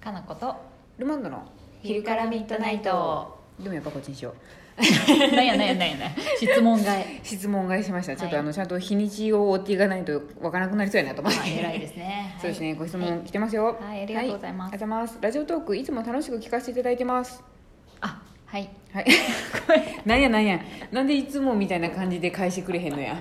かなことルマンドの昼からミッドナイトでもやっぱこっちにしようなんやなんやなんやなんや質問外質問返しました、ちょっとはいあのちゃんと日にちを追っていかないとわからなくなりそうやなと思って、まあ偉い ですねそうですはねいご質問来てますよはいありがとうございますはありがとうございますラジオトークいつも楽しく聞かせていただいてますあはいはい なんやなんやなんでいつもみたいな感じで返してくれへんのや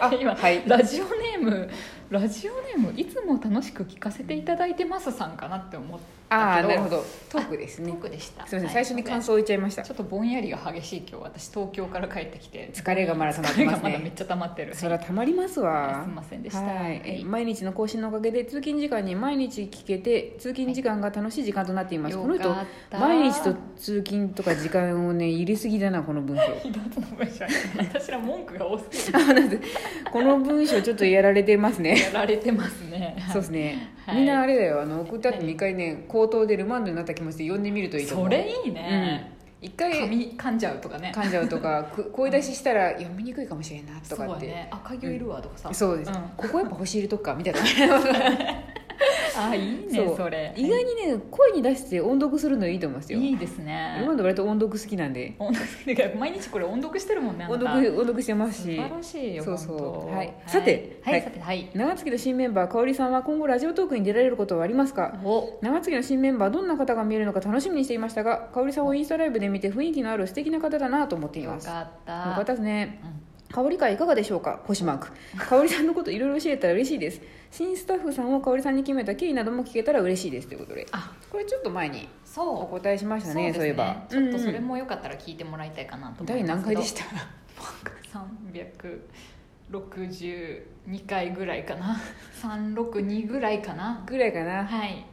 あ 今、はいラジオネームラジオネームいつも楽しく聞かせていただいてますさんかなって思っあたけあどなるほどトークですねトークでしたすみません、はい最初に感想を言っちゃいましたちょっとぼんやりが激しい今日私東京から帰ってきて疲れがまだ溜まっ疲てれまがすまだめねっちゃ溜まってるそりゃたまりますわはいすいませんでしたはいえはい毎日の更新のおかげで通勤時間に毎日聞けて通勤時間が楽しい時間となっています、よこの人かった毎日と通勤とか時間をね入れすぎだなこの文 章ひどつの文章や私ら文句が多すぎてあなんでこの文章ちょっとやられてますねやられてますね そうですね、はいみんなあれだよあの送った後に一回ね口頭でルマンドになった気持ちで読んでみるといいと思うそれいいね、一回紙噛んじゃうとかね噛んじゃうとかく声出ししたら読みにくいかもしれんなとそうかやって、ねあ鍵いるわとかさ、そうです、んここやっぱ星入れとくかみたいな あいいねそそうれ意外にね声に出して音読するのいいと思いますよいいですルマねンド割と音読好きなんで音読だから毎日これ音読してるもんねあ音なた読音読してま素すし晴らしいよそうそう本当はいさてはい、はいさてはい長月の新メンバー香織さんは今後ラジオトークに出られることはありますかお長月の新メンバーどんな方が見えるのか楽しみにしていましたが香織さんをインスタライブで見て雰囲気のある素敵な方だなと思っていよかまっすたよかったですねうん香織会いかがでしょうか星マーク香織さんのこといろいろ教えたら嬉しいです新スタッフさんを香織さんに決めた経緯なども聞けたら嬉しいですということであこれちょっと前におそう答えしましたねそうですいえばちょっとそれうんもよかったら聞いてもらいたいかなと思い第ま何す回 でしたた362回ぐらいかな362ぐらいかなぐらいかなはい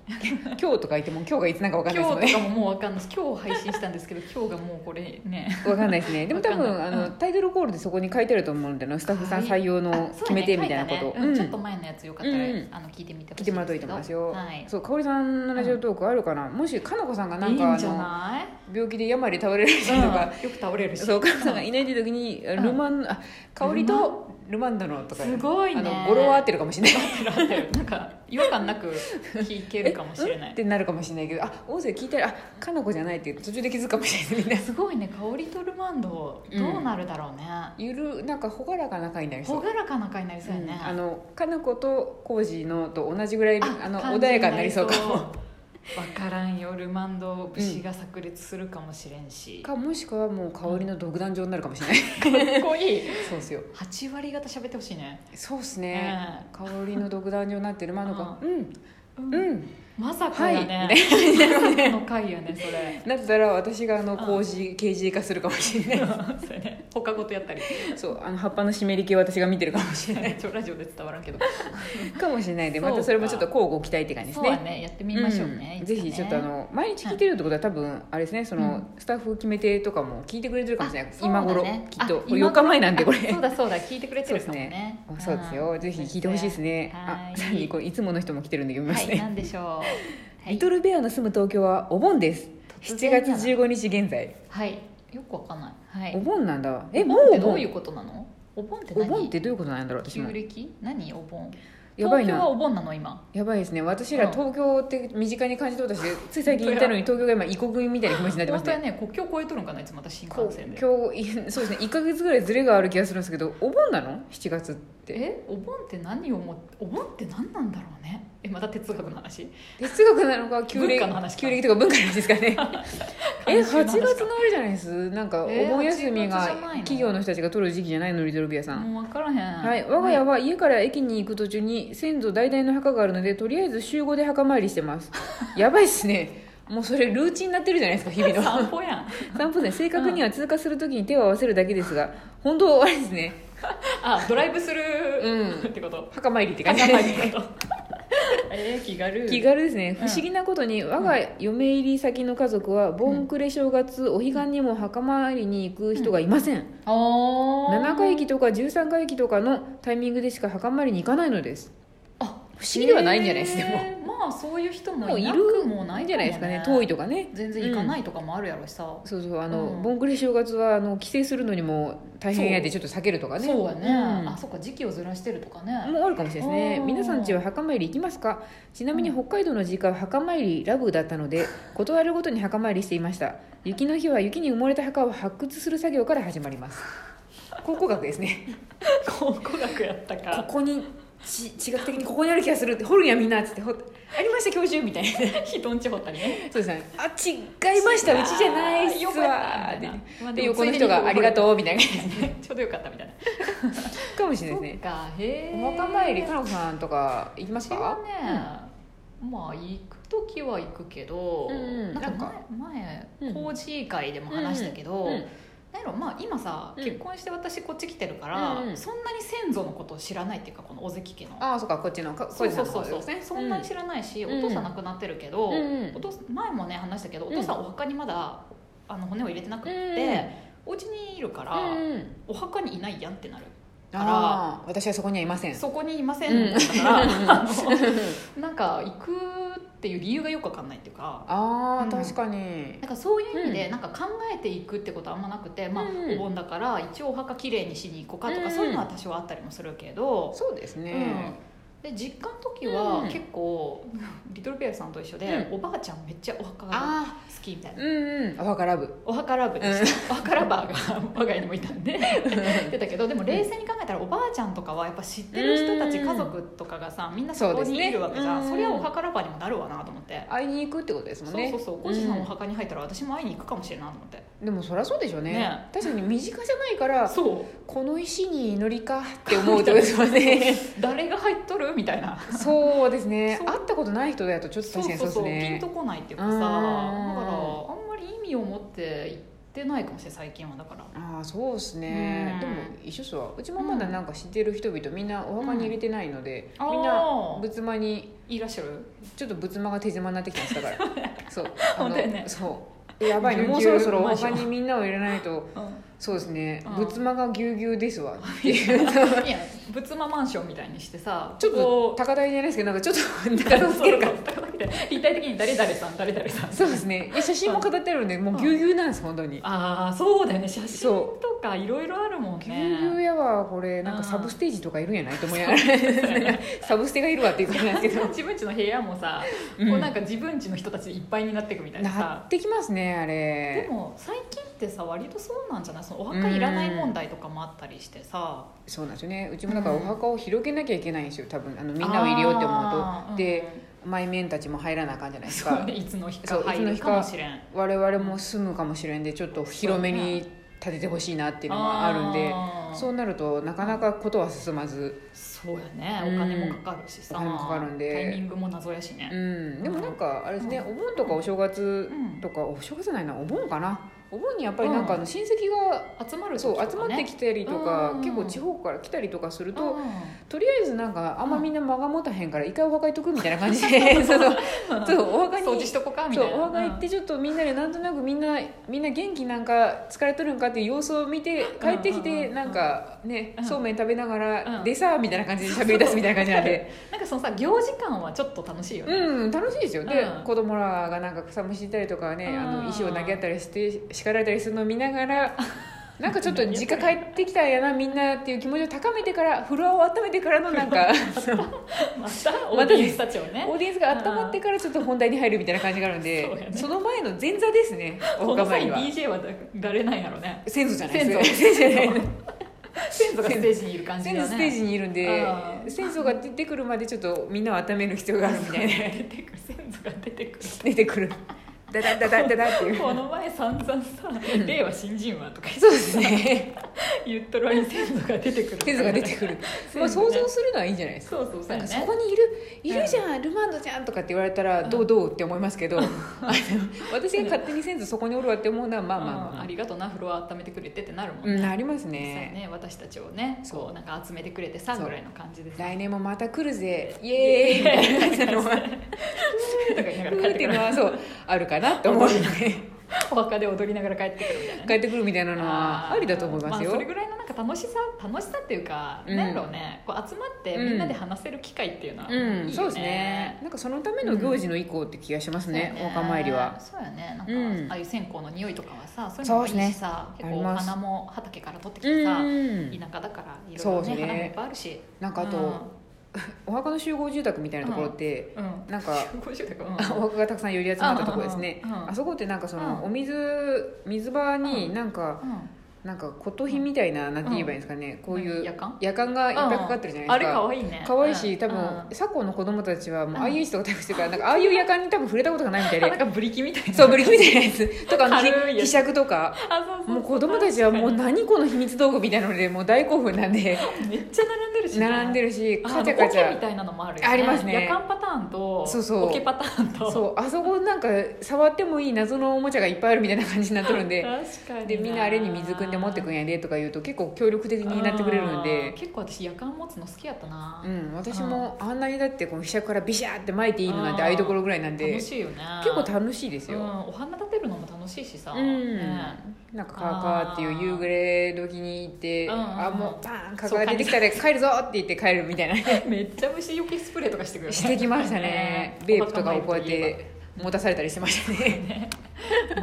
今日とか言っても今日がいつなんか分かんない今で日すともんねかももうわかんないです今日配信したんですけど今日がもうこれね分かんないですねでも多わかん分ないあうのんタイトルコールでそこに書いてあると思うんであのスタッフさんはい採用のあそう決やねめてみたいなこと書いたねうんちょっとうん前のやつよかったら、うんあの聞いてみてほしい来てもらうといいと思いますよはいそう香織さんのラジオトークあるかなもしかなこさんがなんいいかんあじゃのない病気で病で倒れる人とかうんよく倒れるしそうかなこさんがいないって時にあうんルマンあ香りとルマンダのとかすごいねあの語呂は合ってるかもしれないなんか違和感なく聞けるかもしれなえっいてなるかもしれないけどあ音声聞いたらあかなこじゃないって途中で気づくかもしれないみんなすごいね香りとルマンドどうなるだろうね、ゆるなんか朗らかな回になりそう朗らかな会になりそうやうね、んあのかなこと浩二のと同じぐらいあの穏やかになりそうかも分からんよルマンド節が炸裂するかもしれんし、かもしくはもう香りの独壇場になるかもしれないかっこいいそうっすよ8割方喋ってほしいねそうっすね、香りの独壇場になってるまのかうんうんうんまさかやね、はまい さかの回やねそれなってたら私があのうん浩二刑事化するかもしれ ないそれね他ごとや ったりそうあの葉っぱの湿り気を私が見てるかもしれなちょラジオで伝わらんけどいかもしれないでそうまかたそれもちょっと交互期待って感じですそうねやねやってみましょうね,、んぜひちょっとあの毎日聞いてるってことは多分あれですねそのスタッフ決め手とかも聞いてくれてるかもしれないあそうだ今ね頃あきっと今頃4日前なんでこれそうだそうだ聞いてくれてそうるですかもねねあそうですよんぜひ聞いてほしいですねあはいさらにこれいつもの人も来てるんで読みまはすいね何でしょう、はい、リトルベアの住む東京はお盆です突7然や月な15日現在はいよくわかんない、はい、お盆なんだええも盆っうておどういう盆ことなのお盆ってお何盆ってどういうことなんだろう私旧も暦何お盆やばい東京はなお盆なの今やばいですね私らうん東京って身近に感じとったしつい最近行ったのに東京が今異国民みたいな気持ちになってま本す当ねはね国境越えとるんかないつも私新幹線で今日いそうですね1か月ぐらいずれがある気がするんですけどお盆なの7月ってえお盆って何をもお盆って何なんだろうねえまた哲学の話哲学なのか旧文暦化の話か旧暦とか文化の話ですか ねえ悲しい8話月かの終わりじゃないですなんかおえー盆休み8が月じゃないの企業の人たちが取る時期じゃないのリトルビアさんもう分からへんはい、我が家は家から駅に行く途中に先祖代々の墓があるのでとりあえず週5で墓参りして ますやばいっすねもうそれルーチンになってるじゃないですか日々 の散歩やん散歩ね正確には通過するときに手を合わせるだけですが本当はあれですねあドライブする、うんってこと墓参りって感じ頭にってこと えー、気軽気軽ですねう不ん思議なことに我が嫁入り先の家族は盆暮れ正月お彼岸にも墓参りに行く人がいませんおー7回忌とか13回忌とかのタイミングでしか墓参りに行かないのですあ不不思議ではないんじゃないですでもへーまあそういう人ももういいなるくもなないいんじゃないですかね遠いとかね全然行かないとかもあるやろしさ、そうそうあの、うん盆暮れ正月はあの帰省するのにも大変やでちょっと避けるとかねそうやね、んあそっか時期をずらしてるとかね、もうあるかもしれないですねうん皆さんちは墓参り行きますかちなみに北海道の実家は墓参りラブだった ので断るごとに墓参りしていました雪の日は雪に埋もれた墓を発掘する作業から始まります考古学ですね考古学やったこかこにち地学的にここにある気がするって掘るんやみんなっつって掘っありました教授みたいな人んち掘ったりねそうですねあ違いましたうちじゃないっすよかわったみたいなまあででも横の人が「ありがとう」みたいな感 ちょうどよかったみたいなじかもしれないですそねっかへえお墓参りかのこさんとか行きます私かはね、まあ行く時は行くけど、うんなんなんかか前うん前工事会でも話したけど、うんなんやろまあ、今さ、うん結婚して私こっち来てるから、うんうんそんなに先祖のことを知らないっていうかこの尾関家のああそうかこっちのかそうそうこそっうちそう、の方ですねそんなに知らないし、うんお父さん亡くなってるけど、うんうんお父さん前もね話したけどお父さんお墓にまだあの骨を入れてなくって、お家にいるから、うんお墓にいないやんってなる、ああ私はそこにはいませんそこにいませうんんだから、あ のあなんか行くっていう理由がよく分かんないっていうか。あうーん確かになんかそういう意味でうんなんか考えていくってことはあんまなくて、まあうんお盆だから一応お墓きれいにしに行こうかとか、うんそういうのは多少あったりもするけど、そうですねで実家の時はうん結構、 リトルペアさんと一緒で、おばあちゃんめっちゃお墓があ好きみたいあなうんうんお墓ラ ブお墓ラブでした、お墓ラバーが我が家にもいたんで言ってたけどでも冷静に考えたらおばあちゃんとかはやっぱ知ってる人たちうん家族とかがさみんなそこそうですにねいるわけじゃんうんそれはお墓ラバーにもなるわなと思って。会いに行くってことですもんそうねそうそう、コージさんおん墓に入ったら私も会いに行くかもしれんないと思って。でもそりゃそうでしょうねね確かに身近じゃないからそうこの石に祈りかって思うってことですもんね誰が入っとるみたいなそうですねそう会ったことない人だとちょっとそう確かそうにそそううですピねンとこないっていうかさうんだからあんまり意味を持って行ってないかもしれない最近はだからああそうですね、うんでも一緒っすわうちもまだなんか知ってる人々みんなお墓に入れてないので、うんみんなあー仏間にいらっしゃるちょっと仏間が手狭になってきましたから そう本当やねそうやばいねぎゅうもうぎゅそうろそろおマンショ墓ンにみんなを入れないとそうですね、うん仏間がぎゅうぎゅうですわっていういや仏間マンションみたいにしてさちょっとこ高台じゃないですけどなんかちょっとう高台つけるか そうそう高くて立体的に誰々さん誰々さんそうですねで写真も飾ってあるんでもうぎゅうぎゅうなんです本当にああそうだよね写真そとかいろいろあるもんぎゅうぎゅうねやわこれなんかサブステージとかいるんやないと思いながらサブステがいるわっていう感じなんですけど 自分家の部屋もさ、うんこうなんか自分家の人たちでいっぱいになっていくみ たいななさってきますねあれでも最近ってさ割とそうなんじゃないそのお墓いらない問題とかもあったりしてさそうなんですよねうちもだからうおん墓を広げなきゃいけないんですよ多分あのみんなを入れようって思うあーとで、前面たちも入らなあかんじゃないですそうかねいつの日かそういつ入のる日かかもしれんっ我々も住むかもしれんでちょっと広めに建ててほしいなっていうのがあるんでそううなるとなかなかことは進まずそうやねお金もかかるしさ、うんお金もかかるんでタイミングも謎やしうね、んでもなんかあれですねお盆とかお正月とかお正月じゃないなお盆かなお盆にやっぱりなんかあの親戚が集まる時そとか、うね、集まってきたりとかうん結構地方から来たりとかするとうとりあえずなんかあんまみんな間が持たへんから一回お墓行っとくみたいな感じで その んそうお墓に掃除しとこかみそたいなうお墓行っうてちょっとみんなでなんとなくみんなみんな元気なんか疲れとるんかっていう様子を見て帰ってきうんうんうんてうんなんかねうんそうめん食べながらうんでさみたいな感じで喋り出すみたいな感じなんでんなんかそのさ行事感はちょっと楽しいよね、うん楽しいですよでうん子供らがなんか草むしったりとかうねんあの石を投げ合ったりして叱られたりするのを見なが ら。なんかちょっと実家帰ってきたんやなみんなっていう気持ちを高めてからフロアを温めてからのな んかそうまたオーディエンスたちをねオーディエンスが温まってからちょっと本題に入るみたいな感じがあるんでそうやねその前の前座ですね おこ墓の参り際は DJ は誰なんやろね先祖じゃない先祖です先祖じゃない先祖がステージにいる感じだ先よ祖ねステージにいるんであー先祖が出てくるまでちょっとみんなを温める必要があるみたい な出てくる先祖が出てくる出てくるダダダダダダ っていうこの前散々さ「令和新人は」とかそうですね言っとる間に先祖が出てくる先祖が出てくる、祖ねまあ、想像するのはいいんじゃないですかそうそうそなうんやかそねこにいる「いるじゃん、ルマンドじゃん」とかって言われたら「どうどう?」って思いますけどあの私が勝手に先祖そこにおるわって思うのはまあまあまあうんまあありがとうなフロア温めてくれてってなるもんうね,、んありますそうやねね私たちをねそうこうなんか集めてくれてさそうぐらいの感じです来年もまた来るぜイエーイみたいな 感じのはとか言いながうらー帰っってていうくのるはそうあるかなと思うので お墓で踊りながら帰ってくるみたいなね帰ってくるみたいなのはありだと思いますあよ、それぐらいのなんか楽しさ楽しさっていうか、うんなんだろうねこう集まってみんなで話せる機会っていうのは、うんいいよねそうですねなんかそのための行事の一行って気がしますそうね、お墓参りはそうやねなんか、うんああいう線香の匂いとかはさそういうのもいいしさ、そうですね結構おあります花も畑から取ってきうてさ、ん田舎だからいろいそうろですねね花もいっぱいあるしなんかあと、お墓の集合住宅みたいなところって、うん、うんなんか50だか お墓がたくさん寄り集まったところですね、うんうんうんうんあそこってなんかその、うんお水水場になんか、うんなんか骨董品みたいな、なんて言えばいいんですかね、 こういう夜間夜間がいっぱいかかってるじゃないですあれ可か、愛いね可愛いし多うん分、う昨今の子供たちはもううんああいう人が対応してるからなんかああいう夜間に多分触れたことがないみたいんなんでかブリキみたいなそうブリキみたいなやつとかあの軽いやつひ希釈とか あそうそうそうもう子供たちはもう何この秘密道具みたいなのでもう大興奮なんでめっちゃ並んでるしね、並んでるるしカカチチャャカカチチャみャたいなのもあるよ、ありますね夜間パターンとそうそうオケパターンとそうあそこなんか触ってもいい謎のおもちゃがいっぱいあるみたいな感じになっとるんで確かにでみんなあれに水汲んで持ってくんやでとか言うと結構協力的になってくれるんあーで結構私夜間持つの好きやったなう、ん私もあんなにだってこの飛車からビシャーって巻いていいのなんてうんああいうところぐらいなんで楽結しいよね構楽しいですうん、よお花立てるのも楽しいしさ、うんね なんかカーカーっていう夕暮れ時に行ってうんうんあもうバーンカーカー出てきたら帰るぞって言って帰るみたいなめっちゃ虫よけスプレーとかしてくるよねしてきましたねねベープとかをこうやって持たされたりしてました ね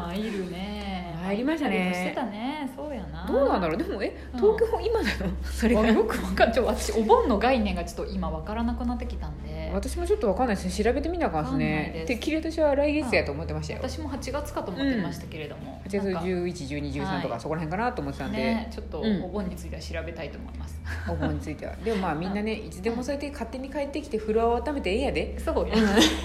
参るね参りましたね参りもしてたねそうやなどうなんだろうでもえうん東京 今なのそれあがよくわかんちょ私お盆の概念がちょっと今わからなくなってきたんで私もちょっとわかんないですね調べてみなあかんですわかんないでねすてっきり私は来月やと思ってましたよ私も8月かと思ってましたけれども、 8月なんか111213とはかいそこら辺かなと思ってたんでねちょっとうんお盆については調べたいと思います、お盆についてはでも まあみんなねいつでもそうやって勝手に帰ってきて風呂を温めてええやでそうや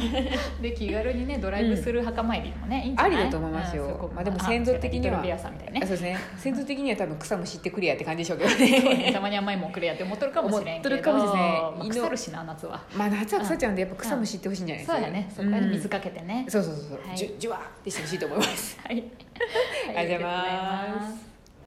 で気軽にねドライブする墓参りでもね、いいんじゃあないりだと思いますようんそうまあでも先祖的にはあリトルベアさんみたいあにそねうで すね先祖的には多分草むしってくりやって感じでしょうけどそうね ねたまに甘いもんくれやって思っとるかもしれんけど思っとるかもしれないまあ腐るしな夏はまあ夏は腐っちゃうんでやっぱ草むしってほしいんじゃないでそすかうやねそこに水かかけてね、そうそうそうそうはいじゅじゅわーってしてほしいと思いますはい、あありがとうございますりがとうございます